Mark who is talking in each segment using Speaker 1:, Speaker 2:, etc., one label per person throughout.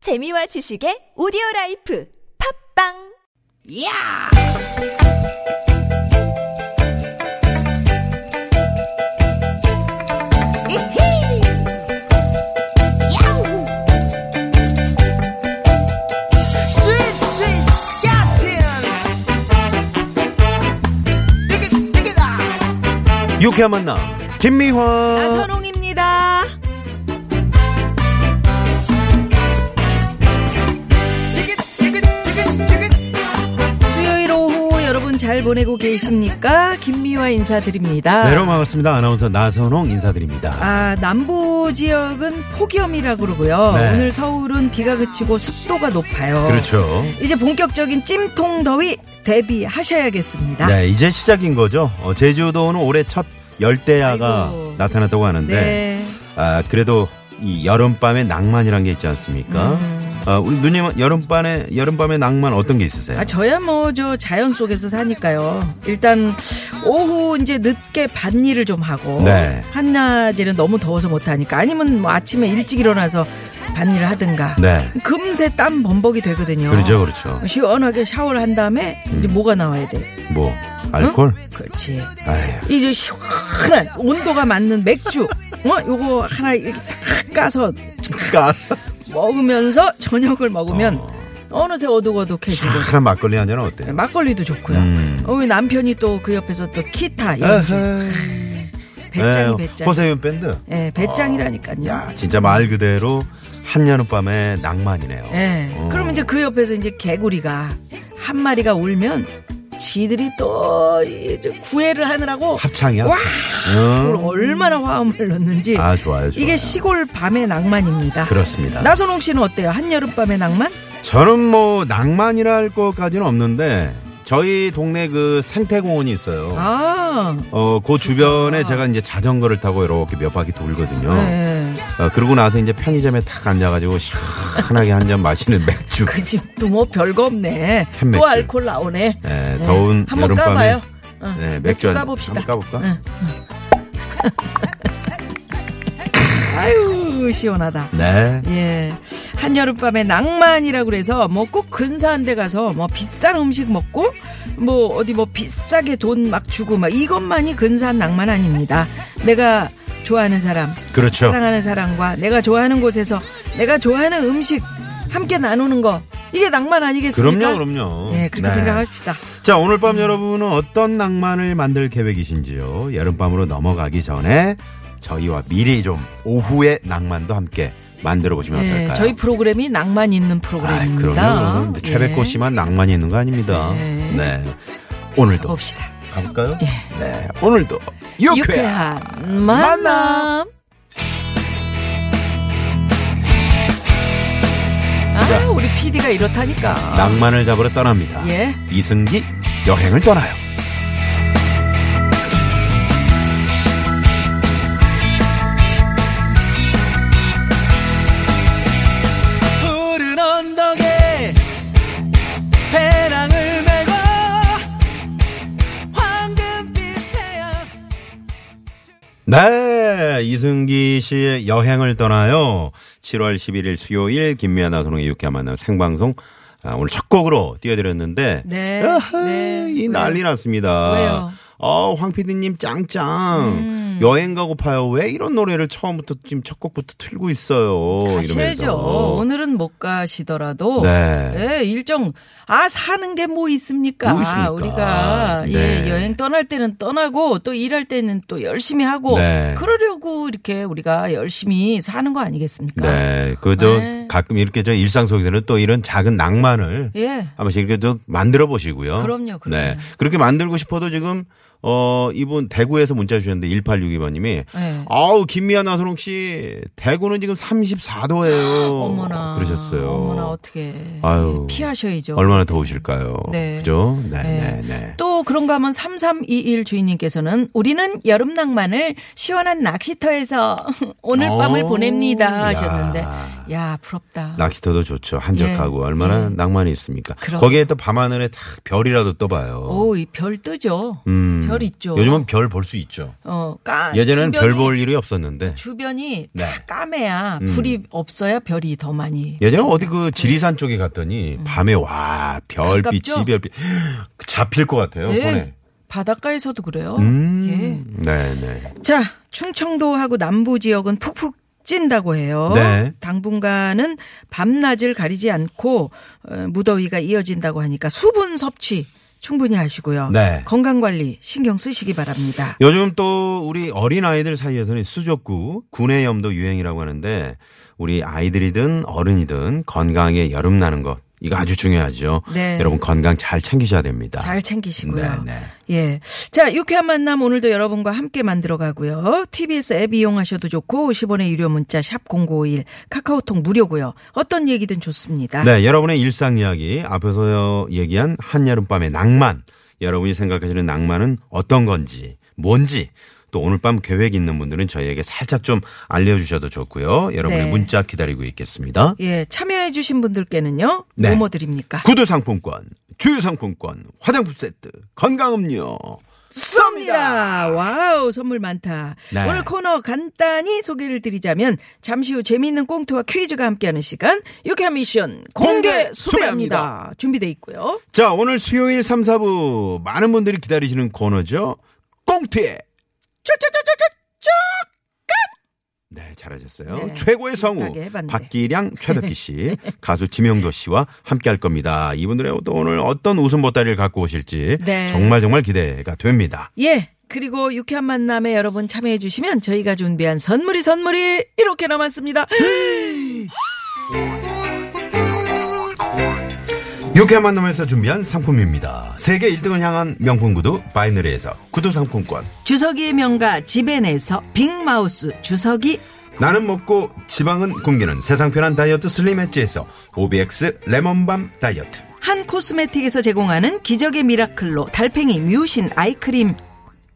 Speaker 1: 재미와 지식의 오디오 라이프 팝빵
Speaker 2: 야! 이히! 야우! 스윗 스윗 스캇틴! 띠깃 띠깃아!
Speaker 3: 유쾌한 만남 김미화
Speaker 2: 나선홍입니다. 띠깃 띠깃 띠깃 띠깃
Speaker 4: 수요일 오후 여러분 잘 보내고 계십니까? 김미화 인사드립니다.
Speaker 3: 네, 여러분 반갑습니다 아나운서 나선홍 인사드립니다
Speaker 4: 아, 남부 지역은 폭염이라 그러고요.
Speaker 3: 네.
Speaker 4: 오늘 서울은 비가 그치고 습도가 높아요.
Speaker 3: 그렇죠
Speaker 4: 이제 본격적인 찜통 더위 대비하셔야겠습니다.
Speaker 3: 네 이제 시작인 거죠 어, 제주도는 올해 첫 열대야가
Speaker 4: 아이고.
Speaker 3: 나타났다고 하는데
Speaker 4: 네.
Speaker 3: 아 그래도 이 여름밤의 낭만이란 게 있지 않습니까 아, 우리 누님은 여름밤에 여름밤의 낭만 어떤 게 있으세요
Speaker 4: 음. 아, 저야 뭐 저 자연 속에서 사니까요. 일단 오후 이제 늦게 밭일을 좀 하고
Speaker 3: 네.
Speaker 4: 한낮에는 너무 더워서 못 하니까 아니면 뭐 아침에 일찍 일어나서 밭일을 하든가.
Speaker 3: 네
Speaker 4: 금세 땀 범벅이 되거든요.
Speaker 3: 그렇죠 그렇죠
Speaker 4: 시원하게 샤워를 한 다음에 이제 뭐가 나와야 돼.
Speaker 3: 뭐 알콜
Speaker 4: 그렇지.
Speaker 3: 아휴
Speaker 4: 이제 시원한 온도가 맞는 맥주. 어, 요거 하나 이렇게 딱 까서
Speaker 3: 가스
Speaker 4: 먹으면서 저녁을 먹으면
Speaker 3: 어.
Speaker 4: 어. 느새 어둑어둑해지고
Speaker 3: 그럼 막걸리 한 잔은 어때요
Speaker 4: 막걸리도 좋고요.
Speaker 3: 음.
Speaker 4: 어, 우리 남편이 또 그 옆에서 또 키타 연주. 네, 배짱이 배짱.
Speaker 3: 호세윤 밴드
Speaker 4: 예, 배짱이라니까요.
Speaker 3: 야, 진짜 말 그대로 한여름밤의 낭만이네요.
Speaker 4: 예.
Speaker 3: 어.
Speaker 4: 그럼 이제 그 옆에서 이제 개구리가 한 마리가 울면 지들이 또 이제 구애를 하느라고
Speaker 3: 합창이야.
Speaker 4: 와!
Speaker 3: 합창.
Speaker 4: 그걸
Speaker 3: 응.
Speaker 4: 얼마나 화음을 넣는지.
Speaker 3: 아, 좋아요, 좋아요.
Speaker 4: 이게 시골 밤의 낭만입니다.
Speaker 3: 그렇습니다.
Speaker 4: 나선홍 씨는 어때요? 한여름 밤의 낭만?
Speaker 3: 저는 뭐 낭만이라 할 것까지는 없는데 저희 동네 그 생태공원이 있어요.
Speaker 4: 아,
Speaker 3: 어, 그 주변에 제가 이제 자전거를 타고 이렇게 몇 바퀴 돌거든요.
Speaker 4: 네.
Speaker 3: 어, 그러고 나서 이제 편의점에 탁 앉아가지고 시원하게 한 잔 마시는 맥주.
Speaker 4: 그 집도 뭐 별거 없네.
Speaker 3: 캔맥주.
Speaker 4: 또 알콜 나오네.
Speaker 3: 예,
Speaker 4: 네.
Speaker 3: 더운
Speaker 4: 한번
Speaker 3: 여름밤에
Speaker 4: 까봐요. 어,
Speaker 3: 네, 맥주
Speaker 4: 맥주
Speaker 3: 한-
Speaker 4: 까봅시다.
Speaker 3: 한번 까볼까?
Speaker 4: 응, 응. 아유 시원하다.
Speaker 3: 네.
Speaker 4: 예. 한여름밤의 낭만이라고 그래서 뭐 꼭 근사한 데 가서 뭐 비싼 음식 먹고 뭐 어디 뭐 비싸게 돈 막 주고 막 이것만이 근사한 낭만 아닙니다. 내가 좋아하는 사람,
Speaker 3: 그렇죠.
Speaker 4: 사랑하는 사람과 내가 좋아하는 곳에서 내가 좋아하는 음식 함께 나누는 거 이게 낭만 아니겠습니까?
Speaker 3: 그럼요, 그럼요.
Speaker 4: 예, 그렇게
Speaker 3: 네.
Speaker 4: 생각합시다.
Speaker 3: 자, 오늘 밤 여러분은 어떤 낭만을 만들 계획이신지요? 여름밤으로 넘어가기 전에 저희와 미리 좀 오후의 낭만도 함께 만들어 보시면
Speaker 4: 예,
Speaker 3: 어떨까요?
Speaker 4: 저희 프로그램이 낭만 있는
Speaker 3: 아,
Speaker 4: 프로그램입니다.
Speaker 3: 그럼요. 그럼 최백호
Speaker 4: 예.
Speaker 3: 씨만 낭만이 있는 거 아닙니다.
Speaker 4: 예.
Speaker 3: 네. 오늘도
Speaker 4: 봅시다. 예.
Speaker 3: 가볼까요? 네. 오늘도 유쾌한
Speaker 4: 유쾌한 만남. 아,
Speaker 3: 자.
Speaker 4: 우리 PD가 이렇다니까.
Speaker 3: 낭만을 잡으러 떠납니다.
Speaker 4: 예.
Speaker 3: 이승기 여행을 떠나요.
Speaker 2: 푸른 언덕에 배낭을 메고 황금빛 태양
Speaker 3: 네, 이승기 씨의 여행을 떠나요. 7월 11일 수요일 김미아 나선홍의 유쾌한 만남 생방송 아, 오늘 첫 곡으로 띄워드렸는데
Speaker 4: 네,
Speaker 3: 으흐,
Speaker 4: 네.
Speaker 3: 이 난리
Speaker 4: 왜요?
Speaker 3: 났습니다.
Speaker 4: 왜요? 음.
Speaker 3: 어, 황 PD님 짱짱 여행 가고 파요. 왜 이런 노래를 처음부터 지금 첫 곡부터 틀고 있어요?
Speaker 4: 가셔야죠.
Speaker 3: 뭐 이러면서
Speaker 4: 오늘은 못 가시더라도.
Speaker 3: 네.
Speaker 4: 네, 일정. 아, 사는 게 뭐 있습니까?
Speaker 3: 뭐 있습니까?
Speaker 4: 우리가.
Speaker 3: 네.
Speaker 4: 예, 여행 떠날 때는 떠나고 또 일할 때는 또 열심히 하고.
Speaker 3: 네.
Speaker 4: 그러려고 이렇게 우리가 열심히 사는 거 아니겠습니까?
Speaker 3: 네, 그저
Speaker 4: 네.
Speaker 3: 가끔 이렇게 저 일상 속에서는 또 이런 작은 낭만을
Speaker 4: 예.
Speaker 3: 한 번씩 이렇게 좀 만들어 보시고요.
Speaker 4: 그럼요, 그럼요.
Speaker 3: 네. 그렇게 만들고 싶어도 지금, 어, 이분 대구에서 문자 주셨는데 1862번님이
Speaker 4: 네.
Speaker 3: 아우, 김미아 나선홍 씨, 대구는 지금 34도예요.
Speaker 4: 아, 어머나.
Speaker 3: 그러셨어요.
Speaker 4: 어머나, 어떻게.
Speaker 3: 아유.
Speaker 4: 피하셔야죠.
Speaker 3: 얼마나 더우실까요?
Speaker 4: 네.
Speaker 3: 그죠? 네,
Speaker 4: 네.
Speaker 3: 네, 네.
Speaker 4: 또 그런가 하면 3321 주인님께서는 우리는 여름 낭만을 시원한 낚시터에서 오늘
Speaker 3: 오,
Speaker 4: 밤을 보냅니다
Speaker 3: 어, 야.
Speaker 4: 하셨는데 야 부럽다.
Speaker 3: 낚시터도 좋죠. 한적하고
Speaker 4: 예,
Speaker 3: 얼마나 낭만이 있습니까?
Speaker 4: 그럼.
Speaker 3: 거기에 또 밤하늘에 탁 별이라도 떠봐요.
Speaker 4: 오이 별 뜨죠.
Speaker 3: 어. 음.
Speaker 4: 별 있죠.
Speaker 3: 요즘은 별 볼 수 있죠.
Speaker 4: 어, 까,
Speaker 3: 예전에는
Speaker 4: 주변이-
Speaker 3: 별 볼 일이 없었는데.
Speaker 4: 주변이
Speaker 3: 네.
Speaker 4: 다 까매야
Speaker 3: 음.
Speaker 4: 불이 없어야 별이 더 많이.
Speaker 3: 예전에 어디 그 지리산 쪽에 갔더니 밤에 와 별빛이
Speaker 4: 네. 음. 가깝죠?
Speaker 3: 별빛 잡힐 것 같아요
Speaker 4: 예.
Speaker 3: 어, 손에.
Speaker 4: 바닷가에서도 그래요. 예.
Speaker 3: 음. 네네.
Speaker 4: 자, 충청도하고 남부 지역은 푹푹 찐다고 해요.
Speaker 3: 네.
Speaker 4: 당분간은 밤낮을 가리지 않고 어, 무더위가 이어진다고 하니까 수분 섭취 충분히 하시고요.
Speaker 3: 네.
Speaker 4: 건강 관리 신경 쓰시기 바랍니다.
Speaker 3: 요즘 또 우리 어린 아이들 사이에서는 수족구 구내염도 유행이라고 하는데 우리 아이들이든 어른이든 건강에 여름 나는 것 이거 아주 중요하죠.
Speaker 4: 네.
Speaker 3: 여러분 건강 잘 챙기셔야 됩니다.
Speaker 4: 잘 챙기시고요.
Speaker 3: 네, 네.
Speaker 4: 예. 자, 유쾌한 만남 오늘도 여러분과 함께 만들어 가고요. TBS 앱 이용하셔도 좋고 50원의 유료 문자 샵 0951 카카오톡 무료고요. 어떤 얘기든 좋습니다.
Speaker 3: 네, 여러분의 일상 이야기 앞에서 얘기한 한여름밤의 낭만, 여러분이 생각하시는 낭만은 어떤 건지, 뭔지 또 오늘 밤 계획 있는 분들은 저희에게 살짝 좀 알려주셔도 좋고요. 여러분의
Speaker 4: 네.
Speaker 3: 문자 기다리고 있겠습니다.
Speaker 4: 예, 참여해 주신 분들께는요.
Speaker 3: 네.
Speaker 4: 뭐뭐 드립니까?
Speaker 3: 구두 상품권, 주유 상품권, 화장품 세트, 건강음료.
Speaker 4: 쏩니다. 와우, 선물 많다.
Speaker 3: 네.
Speaker 4: 오늘 코너 간단히 소개를 드리자면 잠시 후 재미있는 꽁트와 퀴즈가 함께하는 시간 유쾌한 미션 공개,
Speaker 3: 공개
Speaker 4: 수배합니다.
Speaker 3: 수배합니다.
Speaker 4: 준비돼 있고요.
Speaker 3: 자, 오늘 수요일 3, 4부 많은 분들이 기다리시는 코너죠. 꽁트의
Speaker 4: 쪼쪼쪼쪼쪼
Speaker 3: 네, 잘하셨어요.
Speaker 4: 네,
Speaker 3: 최고의 성우
Speaker 4: 비슷하게 해봤는데. 네.
Speaker 3: 박기량, 최덕기 씨, 가수 지명도 씨와 함께할 겁니다. 이분들의 또 오늘 어떤 웃음 보따리를 갖고 오실지
Speaker 4: 네.
Speaker 3: 정말 정말 기대가 됩니다.
Speaker 4: 예. 그리고 유쾌한 만남에 여러분 참여해 주시면 저희가 준비한 선물이 선물이 이렇게 남았습니다.
Speaker 3: 유쾌한 만남에서 준비한 상품입니다. 세계 1등을 향한 명품 구두 바이너리에서 구두 상품권.
Speaker 4: 주석이의 명가 지벤에서 빅마우스 주석이
Speaker 3: 나는 먹고 지방은 굶기는 세상 편한 다이어트 슬림 엣지에서 오비엑스 레몬밤 다이어트.
Speaker 4: 한 코스메틱에서 제공하는 기적의 미라클로 달팽이 뮤신 아이크림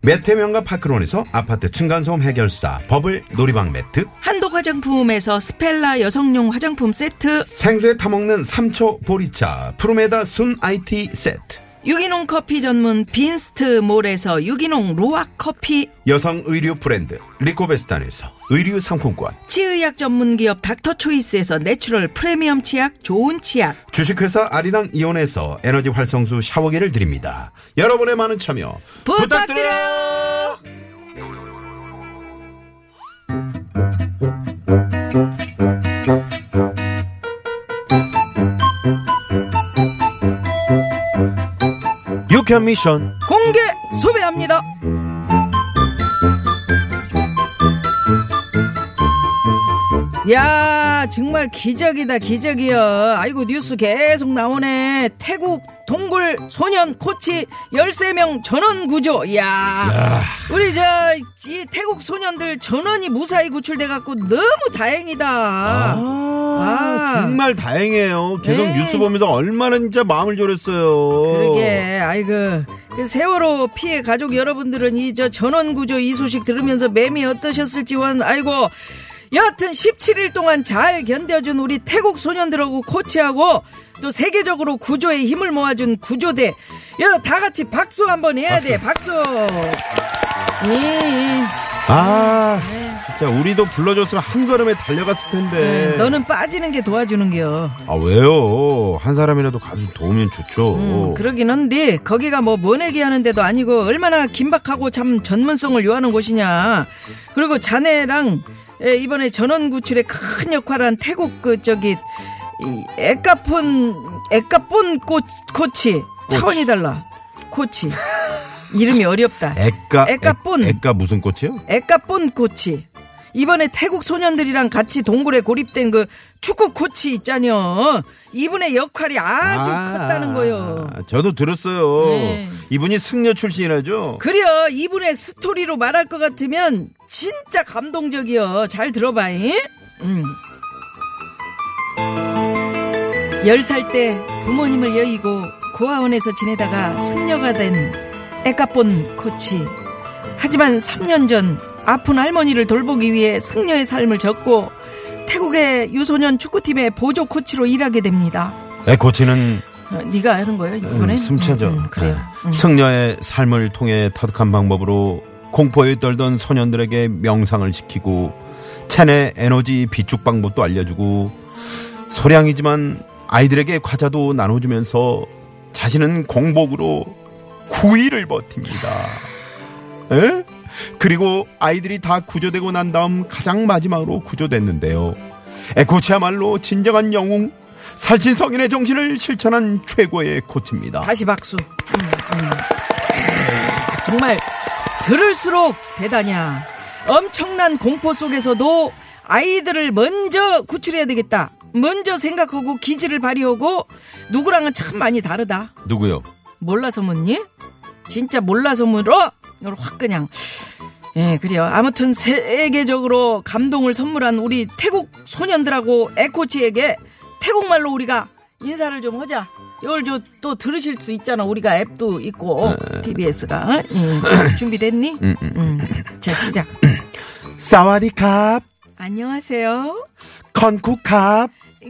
Speaker 3: 매태명과 파크론에서 아파트 층간소음 해결사 버블 놀이방 매트.
Speaker 4: 한독 화장품에서 스펠라 여성용 화장품 세트,
Speaker 3: 생수에 타먹는 삼초 보리차 프로메다 순 IT 세트
Speaker 4: 유기농 커피 전문 빈스트 몰에서 유기농 루아 커피,
Speaker 3: 여성 의류 브랜드 리코베스탄에서 의류 상품권
Speaker 4: 치의학 전문 기업 닥터 초이스에서 내추럴 프리미엄 치약, 좋은 치약,
Speaker 3: 주식회사 아리랑 이온에서 에너지 활성수 샤워기를 드립니다 여러분의 많은 참여 부탁드려요
Speaker 4: 부탁드려요!
Speaker 3: 유캔 미션
Speaker 4: 공개 수배합니다! 야, 정말 기적이다, 기적이야. 아이고, 뉴스 계속 나오네. 태국 동굴 소년 코치 13명 전원 구조. 야. 우리 저 이 태국 소년들 전원이 무사히 구출돼 갖고 너무 다행이다. 아.
Speaker 3: 정말 다행이에요 계속
Speaker 4: 네.
Speaker 3: 뉴스 보면서 얼마나 진짜 마음을 졸였어요
Speaker 4: 그러게 아이고 그 세월호 피해 가족 여러분들은 이 저 전원 구조 이 소식 들으면서 매미 어떠셨을지 원 아이고 여하튼 17일 동안 잘 견뎌준 우리 태국 소년들하고 코치하고 또 세계적으로 구조에 힘을 모아준 구조대 여러분 다 같이 박수 한번 해야 돼 박수 예, 예.
Speaker 3: 아 진짜 우리도 불러줬으면 한 걸음에 달려갔을 텐데
Speaker 4: 네. 너는 빠지는 게 도와주는 게요
Speaker 3: 아 왜요? 한 사람이라도 가서 도우면 좋죠.
Speaker 4: 음, 그러긴 한데 거기가 뭐 모내기 하는데도 아니고 얼마나 긴박하고 참 전문성을 요하는 곳이냐. 그리고 자네랑 예, 이번에 전원 구출에 큰 역할을 한 태국 그 저기 이 에카폰 에카폰 코, 코치 차원이 달라 코치 이름이 어렵다.
Speaker 3: 애까
Speaker 4: 애까뿐.
Speaker 3: 애- 애까 무슨 꽃이요?
Speaker 4: 에카폰 코치 이번에 태국 소년들이랑 같이 동굴에 고립된 그 축구 코치 있잖여 이분의 역할이 아주 컸다는 거요.
Speaker 3: 아, 저도 들었어요.
Speaker 4: 네.
Speaker 3: 이분이 승려 출신이라죠.
Speaker 4: 그래요. 이분의 스토리로 말할 것 같으면 진짜 감동적이요. 잘 들어봐잉. 음. 10살 때 부모님을 여의고 고아원에서 지내다가 승려가 된 에카본 코치. 하지만 3년 전 아픈 할머니를 돌보기 위해 승려의 삶을 접고 태국의 유소년 축구팀의 보조 코치로 일하게 됩니다.
Speaker 3: 애 코치는
Speaker 4: 어, 네가 하는 거예요 이번에?
Speaker 3: 숨차죠.
Speaker 4: 음, 음, 그래요.
Speaker 3: 네. 승려의 삶을 통해 터득한 방법으로 공포에 떨던 소년들에게 명상을 시키고 체내 에너지 비축 방법도 알려주고 소량이지만 아이들에게 과자도 나눠주면서 자신은 공복으로 9일을 버팁니다. 에? 그리고 아이들이 다 구조되고 난 다음 가장 마지막으로 구조됐는데요. 에코치야말로 진정한 영웅, 살친 성인의 정신을 실천한 최고의 코치입니다.
Speaker 4: 다시 박수. 음, 음. 크, 정말 들을수록 대단이야. 엄청난 공포 속에서도 아이들을 먼저 구출해야 되겠다. 먼저 생각하고 기지를 발휘하고 누구랑은 참 많이 다르다.
Speaker 3: 누구요?
Speaker 4: 몰라서 묻니? 진짜 몰라서 물어? 이걸 확 그냥. 예, 그래요. 아무튼 세계적으로 감동을 선물한 우리 태국 소년들하고 에코치에게 태국말로 우리가 인사를 좀 하자. 이걸 저또 들으실 수 있잖아. 우리가 앱도 있고 TBS가 준비됐니?
Speaker 3: 네. 음, 음.
Speaker 4: 음. 자 시작.
Speaker 3: 사와디캅,
Speaker 4: 안녕하세요.
Speaker 3: 컨쿠캅,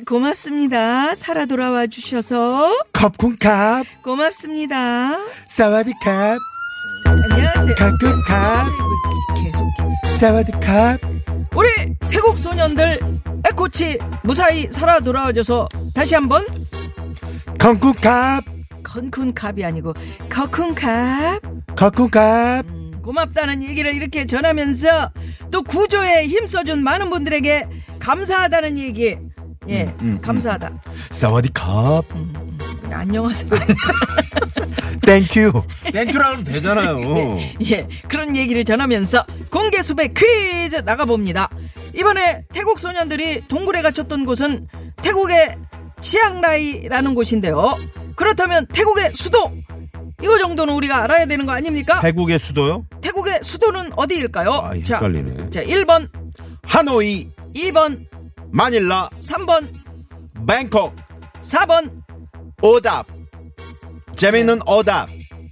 Speaker 4: 고맙습니다. 살아 돌아와 주셔서
Speaker 3: 컵쿵캅,
Speaker 4: 고맙습니다.
Speaker 3: 사와디캅,
Speaker 4: 안녕하세요.
Speaker 3: 가끔가.
Speaker 4: 계속.
Speaker 3: 사와디캅.
Speaker 4: 우리 태국 소년들 에코치 무사히 살아 돌아와줘서 다시 한번
Speaker 3: 컨쿠캅,
Speaker 4: 컨쿤캅이 아니고 커쿤캅
Speaker 3: 커쿤캅.
Speaker 4: 음, 고맙다는 얘기를 이렇게 전하면서 또 구조에 힘써준 많은 분들에게 감사하다는 얘기 예 감사하다
Speaker 3: 사와디캅.
Speaker 4: 안녕하세요
Speaker 3: 땡큐. 땡큐라 하면 되잖아요.
Speaker 4: 예, 그런 얘기를 전하면서 공개 수배 퀴즈 나가봅니다. 이번에 태국 소년들이 동굴에 갇혔던 곳은 태국의 치앙라이라는 곳인데요. 그렇다면 태국의 수도 이거 정도는 우리가 알아야 되는 거 아닙니까?
Speaker 3: 태국의 수도요?
Speaker 4: 태국의 수도는 어디일까요?
Speaker 3: 아, 헷갈리네.
Speaker 4: 자, 자, 1번,
Speaker 3: 하노이,
Speaker 4: 2번,
Speaker 3: 마닐라,
Speaker 4: 3번,
Speaker 3: 뱅콕,
Speaker 4: 4번.
Speaker 3: 오답. 재미있는 오답.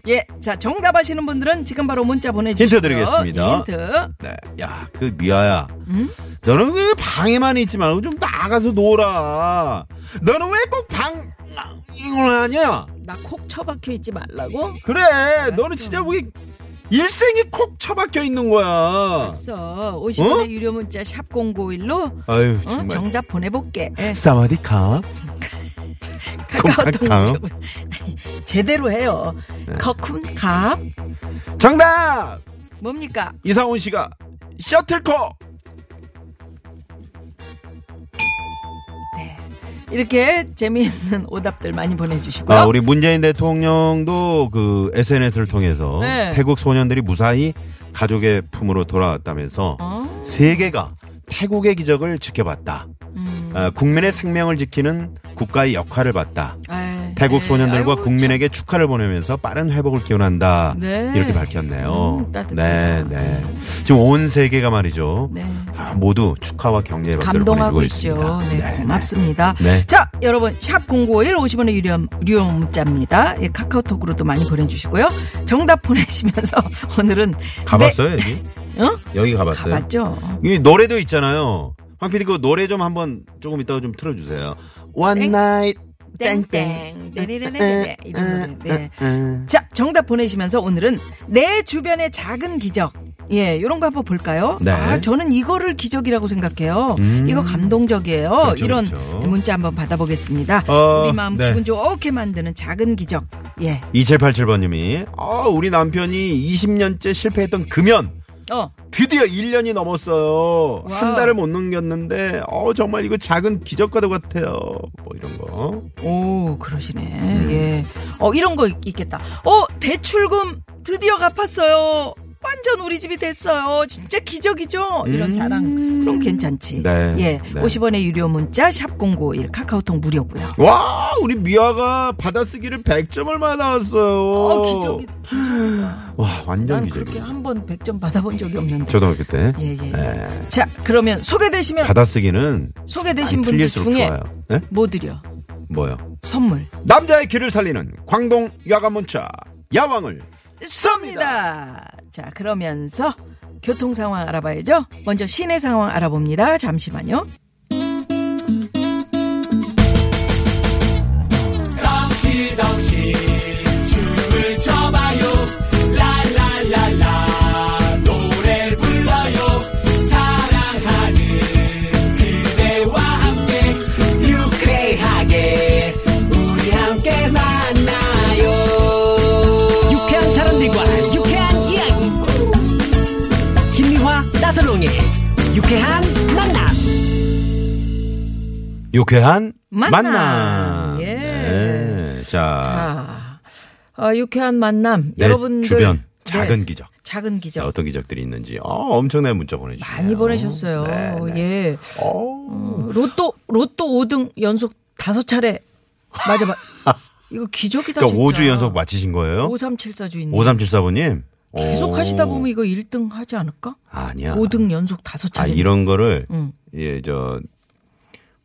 Speaker 4: 예, 자 정답 아시는 분들은 지금 바로 문자 보내주세요. 예,
Speaker 3: 힌트 드리겠습니다.
Speaker 4: 힌트.
Speaker 3: 네. 야, 그 미아야. 너는 왜 방에만 있지 말고 좀 나가서 놀아. 너는 왜 꼭 방, 이걸 하냐?
Speaker 4: 나 콕 쳐박혀 있지 말라고.
Speaker 3: 그래. 너는 진짜 우리 일생이 콕 처박혀 있는 거야.
Speaker 4: 있어. 50원의
Speaker 3: 어?
Speaker 4: 유료 문자 샵 0951로
Speaker 3: 아유,
Speaker 4: 어?
Speaker 3: 정말. 네.
Speaker 4: 정답 보내볼게. 예.
Speaker 3: 사와디캅.
Speaker 4: 카카오톡
Speaker 3: 카카오.
Speaker 4: 쪽으로. 제대로 해요.
Speaker 3: 네.
Speaker 4: 커쿤캅
Speaker 3: 정답!
Speaker 4: 뭡니까?
Speaker 3: 이상훈 씨가 셔틀콕!
Speaker 4: 이렇게 재미있는 오답들 많이 보내주시고요.
Speaker 3: 아, 우리 문재인 대통령도 그 SNS를 통해서
Speaker 4: 네.
Speaker 3: 태국 소년들이 무사히 가족의 품으로 돌아왔다면서
Speaker 4: 어?
Speaker 3: 세계가 태국의 기적을 지켜봤다.
Speaker 4: 음.
Speaker 3: 아, 국민의 생명을 지키는 국가의 역할을 봤다.
Speaker 4: 아이,
Speaker 3: 태국
Speaker 4: 네.
Speaker 3: 소년들과
Speaker 4: 아이고,
Speaker 3: 국민에게 축하를 보내면서 빠른 회복을 기원한다.
Speaker 4: 네.
Speaker 3: 이렇게 밝혔네요.
Speaker 4: 음,
Speaker 3: 네,
Speaker 4: 따뜻하다.
Speaker 3: 네. 지금 온 세계가 말이죠.
Speaker 4: 네.
Speaker 3: 아, 모두 축하와 격려의 박수를
Speaker 4: 감동하고
Speaker 3: 보내주고
Speaker 4: 있죠.
Speaker 3: 있습니다.
Speaker 4: 네, 고맙습니다.
Speaker 3: 네.
Speaker 4: 자, 여러분 샵 0951 50원의 유료, 유료 문자입니다. 예, 카카오톡으로도 많이 보내주시고요. 정답 보내시면서 오늘은
Speaker 3: 가봤어요, 여기?
Speaker 4: 네, 어?
Speaker 3: 여기 가봤어요?
Speaker 4: 가봤죠.
Speaker 3: 이 노래도 있잖아요. 황 PD 그 노래 좀 한번 조금 이따가 좀 틀어주세요. One
Speaker 4: 땡.
Speaker 3: night.
Speaker 4: 땡땡 네네네네 이런 노래. 네. 자, 정답 보내시면서 오늘은 내 주변의 작은 기적. 예, 요런 거 한번 볼까요?
Speaker 3: 네.
Speaker 4: 아, 저는 이거를 기적이라고 생각해요.
Speaker 3: 음.
Speaker 4: 이거 감동적이에요.
Speaker 3: 그렇죠,
Speaker 4: 이런
Speaker 3: 그렇죠.
Speaker 4: 문자 한번 받아보겠습니다.
Speaker 3: 어,
Speaker 4: 우리 마음
Speaker 3: 네.
Speaker 4: 기분 좋게 만드는 작은 기적. 예.
Speaker 3: 2787번님이, 아, 우리 남편이 20년째 실패했던 금연.
Speaker 4: 어,
Speaker 3: 드디어 1년이 넘었어요. 한
Speaker 4: 와우.
Speaker 3: 달을 못 넘겼는데, 어, 정말 이거 작은 기적과도 같아요. 뭐 이런 거.
Speaker 4: 오, 그러시네.
Speaker 3: 음.
Speaker 4: 예. 어, 이런 거 있- 있겠다. 어, 대출금 드디어 갚았어요. 완전 우리 집이 됐어요. 진짜 기적이죠? 이런
Speaker 3: 음.
Speaker 4: 자랑. 그럼 괜찮지.
Speaker 3: 네.
Speaker 4: 예.
Speaker 3: 네.
Speaker 4: 50원의 유료 문자, 샵0951, 카카오톡 무료고요
Speaker 3: 와, 우리 미아가 받아쓰기를 100점을 받아왔어요.
Speaker 4: 어, 기적이,
Speaker 3: 와, 완전
Speaker 4: 난 그렇게
Speaker 3: 기적이.
Speaker 4: 한 번 100점 받아본 적이 없는데.
Speaker 3: 초등학교 때.
Speaker 4: 예, 예.
Speaker 3: 네.
Speaker 4: 자, 그러면 소개되시면,
Speaker 3: 받아쓰기는
Speaker 4: 소개되신
Speaker 3: 많이
Speaker 4: 분들
Speaker 3: 틀릴수록
Speaker 4: 중에
Speaker 3: 좋아요. 네?
Speaker 4: 뭐 드려?
Speaker 3: 뭐요?
Speaker 4: 선물.
Speaker 3: 남자의 길을 살리는 광동 야간 문자 야왕을
Speaker 4: 쏩니다. 자, 그러면서 교통 상황 알아봐야죠. 먼저 시내 상황 알아봅니다. 잠시만요.
Speaker 2: 깜찍
Speaker 3: 유쾌한
Speaker 4: 만남.
Speaker 3: 만남.
Speaker 4: 예.
Speaker 3: 네. 자,
Speaker 4: 자, 어, 유쾌한 만남.
Speaker 3: 내
Speaker 4: 여러분들
Speaker 3: 주변
Speaker 4: 네,
Speaker 3: 작은 기적.
Speaker 4: 작은 기적
Speaker 3: 어떤 기적들이 있는지 어, 엄청난 문자 보내주셨어요.
Speaker 4: 많이 보내셨어요.
Speaker 3: 네, 네.
Speaker 4: 예.
Speaker 3: 어,
Speaker 4: 어, 로또 로또 5등 연속 다섯 차례 맞아 맞. 이거 기적이다
Speaker 3: 그러니까
Speaker 4: 진짜.
Speaker 3: 5주 연속 맞히신 거예요?
Speaker 4: 5374 주인님. 음.
Speaker 3: 5374번님.
Speaker 4: 계속 하시다 보면 이거 1등 하지 않을까?
Speaker 3: 아니야.
Speaker 4: 5등 음. 연속 다섯
Speaker 3: 아,
Speaker 4: 차례.
Speaker 3: 이런 거를,
Speaker 4: 응.
Speaker 3: 예, 저,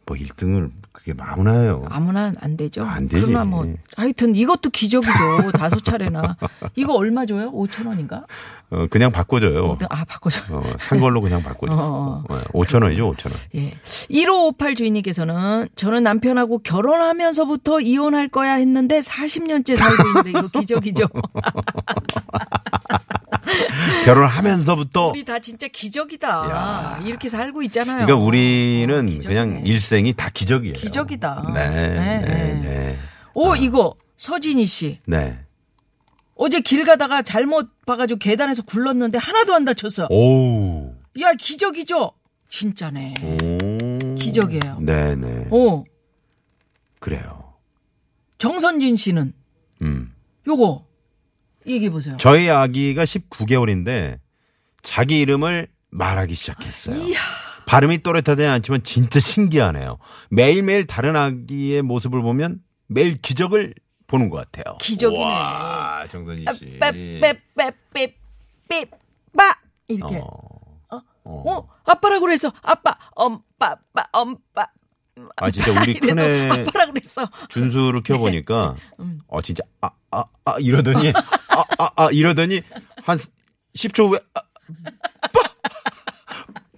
Speaker 3: 뭐 1등을 그게 아무나요.
Speaker 4: 아무나 안 되죠.
Speaker 3: 안 되지.
Speaker 4: 그러면 뭐 하여튼 이것도 기적이죠. 다섯 차례나. 이거 얼마 줘요? 5천 원인가?
Speaker 3: 어, 그냥 바꿔줘요.
Speaker 4: 아 바꿔줘.
Speaker 3: 어, 산 걸로 그냥 바꿔줘.
Speaker 4: 어,
Speaker 3: 어, 5천 원이죠, 5천 원.
Speaker 4: 예. 1558 주인님께서는 저는 남편하고 결혼하면서부터 이혼할 거야 했는데 40년째 살고 있는데 이거 기적이죠.
Speaker 3: 결혼하면서부터
Speaker 4: 우리 다 진짜 기적이다.
Speaker 3: 야.
Speaker 4: 이렇게 살고 있잖아요.
Speaker 3: 그러니까 우리는
Speaker 4: 어, 기적이네.
Speaker 3: 그냥 일생이 다 기적이에요.
Speaker 4: 기적이다.
Speaker 3: 네,
Speaker 4: 네,
Speaker 3: 네,
Speaker 4: 네.
Speaker 3: 네. 네.
Speaker 4: 오 이거 서진희 씨 어제 길 가다가 잘못 봐가지고 계단에서 굴렀는데 하나도 안 다쳤어.
Speaker 3: 오우.
Speaker 4: 야 기적이죠. 진짜네.
Speaker 3: 오.
Speaker 4: 기적이에요.
Speaker 3: 네, 네.
Speaker 4: 오
Speaker 3: 그래요.
Speaker 4: 정선진 씨는
Speaker 3: 음.
Speaker 4: 요거 얘기해 보세요.
Speaker 3: 저희 아기가 19개월인데 자기 이름을 말하기 시작했어요. 발음이 또렷하지 않지만 진짜 신기하네요. 매일매일 다른 아기의 모습을 보면 매일 기적을 보는 것 같아요.
Speaker 4: 기적이네. 아,
Speaker 3: 와, 정선희 씨.
Speaker 4: 빼빼빼빼빼빠 이렇게.
Speaker 3: 어.
Speaker 4: 어? 아빠라고 그랬어. 아빠, 엄빠빠, 엄빠.
Speaker 3: 아, 진짜 우리
Speaker 4: 이래도
Speaker 3: 큰애
Speaker 4: 아빠라고 그랬어.
Speaker 3: 준수를
Speaker 4: 네.
Speaker 3: 켜보니까
Speaker 4: 음.
Speaker 3: 어 진짜 아 아 아 이러더니 아 아 아 이러더니 한 10초 후에 아, 빠!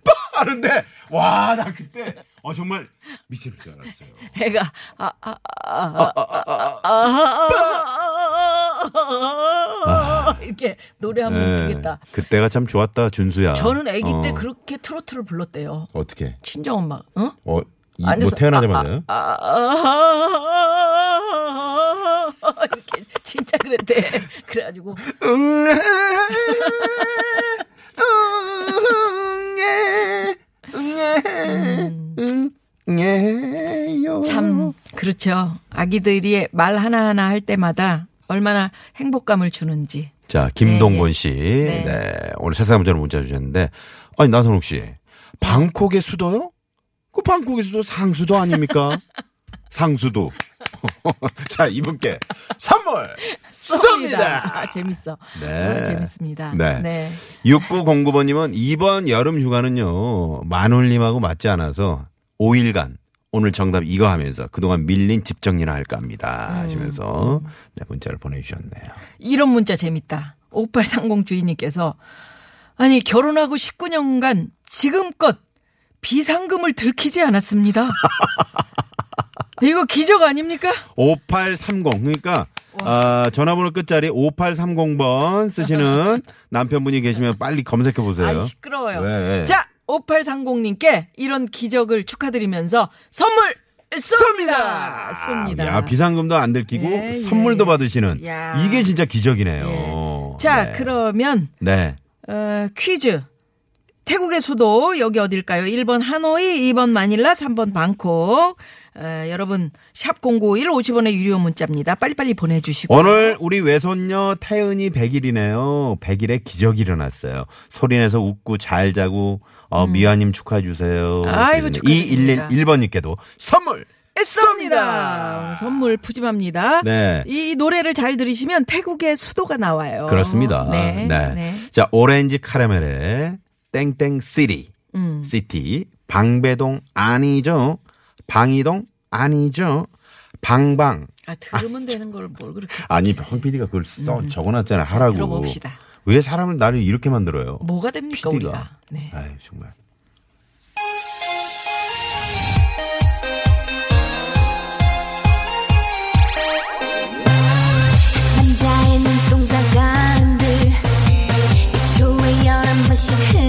Speaker 3: 빠! 하는데 와 나 그때 어 정말 미칠 줄 알았어요.
Speaker 4: 애가 아, 아, 아, 아, 아, 아, 아, 이렇게 노래하면
Speaker 3: 예,
Speaker 4: 되겠다.
Speaker 3: 그때가 참 좋았다 준수야.
Speaker 4: 저는 아기 때
Speaker 3: 어,
Speaker 4: 그렇게 트로트를 불렀대요.
Speaker 3: 어떻게
Speaker 4: 친정 엄마. 응?
Speaker 3: 어? 이, 뭐
Speaker 4: 앉아서
Speaker 3: 태어나자마자요?
Speaker 4: 아, 아, 아, 아, 아, 이렇게 진짜 그랬대. 그래가지고
Speaker 3: 응애 응애 응애 응애요
Speaker 4: 음. 참 그렇죠. 아기들이 말 하나하나 할 때마다 얼마나 행복감을 주는지.
Speaker 3: 자, 김동건 씨.
Speaker 4: 네.
Speaker 3: 네. 오늘 세상 문자로 문자 주셨는데, 아니, 나선옥 씨. 방콕의 수도요? 그 방콕의 수도 상수도 아닙니까? 상수도. 자, 이분께 선물
Speaker 4: 아,
Speaker 3: 쏩니다.
Speaker 4: 재밌어.
Speaker 3: 네.
Speaker 4: 아, 재밌습니다.
Speaker 3: 네. 6909번님은 이번 여름 휴가는요, 만올림하고 맞지 않아서 5일간 오늘 정답 이거 하면서 그동안 밀린 집 정리나 할까 합니다. 하시면서
Speaker 4: 음.
Speaker 3: 네, 문자를 보내주셨네요.
Speaker 4: 이런 문자 재밌다. 5830 주인님께서 아니 결혼하고 19년간 지금껏 비상금을 들키지 않았습니다. 이거 기적 아닙니까?
Speaker 3: 5830. 그러니까 아, 전화번호 끝자리 5830번 쓰시는 남편분이 계시면 빨리 검색해 보세요.
Speaker 4: 아 시끄러워요.
Speaker 3: 네, 네.
Speaker 4: 자, 5830님께 이런 기적을 축하드리면서 선물 쏩니다. 쏩니다.
Speaker 3: 아, 야, 비상금도 안 들키고
Speaker 4: 예, 예,
Speaker 3: 선물도
Speaker 4: 예.
Speaker 3: 받으시는
Speaker 4: 야.
Speaker 3: 이게 진짜 기적이네요.
Speaker 4: 예. 자,
Speaker 3: 네.
Speaker 4: 그러면
Speaker 3: 네.
Speaker 4: 어, 퀴즈. 태국의 수도 여기 어딜까요? 1번 하노이, 2번 마닐라, 3번 방콕. 어, 여러분 샵 0951 50원의 유료 문자입니다. 빨리빨리 보내 주시고.
Speaker 3: 오늘 우리 외손녀 태은이 100일이네요. 100일에 기적이 일어났어요. 소리내서 웃고 잘 자고 어, 미아님 축하해 주세요.
Speaker 4: 음. 아이고, 축하드립니다.
Speaker 3: 2111번님께도 선물.
Speaker 4: 쏩니다.
Speaker 3: 쏩니다.
Speaker 4: 선물 푸짐합니다.
Speaker 3: 네.
Speaker 4: 이 노래를 잘 들으시면 태국의 수도가 나와요.
Speaker 3: 그렇습니다.
Speaker 4: 네.
Speaker 3: 네.
Speaker 4: 네.
Speaker 3: 자, 오렌지 카라멜의 땡땡 시리.
Speaker 4: 음.
Speaker 3: 시티 방배동 아니죠. 방이동 아니죠. 방방.
Speaker 4: 아, 들으면 되는 걸 뭘 그렇게
Speaker 3: 아니, 황 PD가 그걸 써 적어놨잖아요. 하라고.
Speaker 4: 음. 들어봅시다.
Speaker 3: 왜 사람을 나를 이렇게 만들어요?
Speaker 4: 뭐가 됩니까
Speaker 3: PD가.
Speaker 4: 우리가? 네.
Speaker 3: 아유, 정말.
Speaker 5: 남자의 눈동자가 흔들 이초의 열한 번씩 흔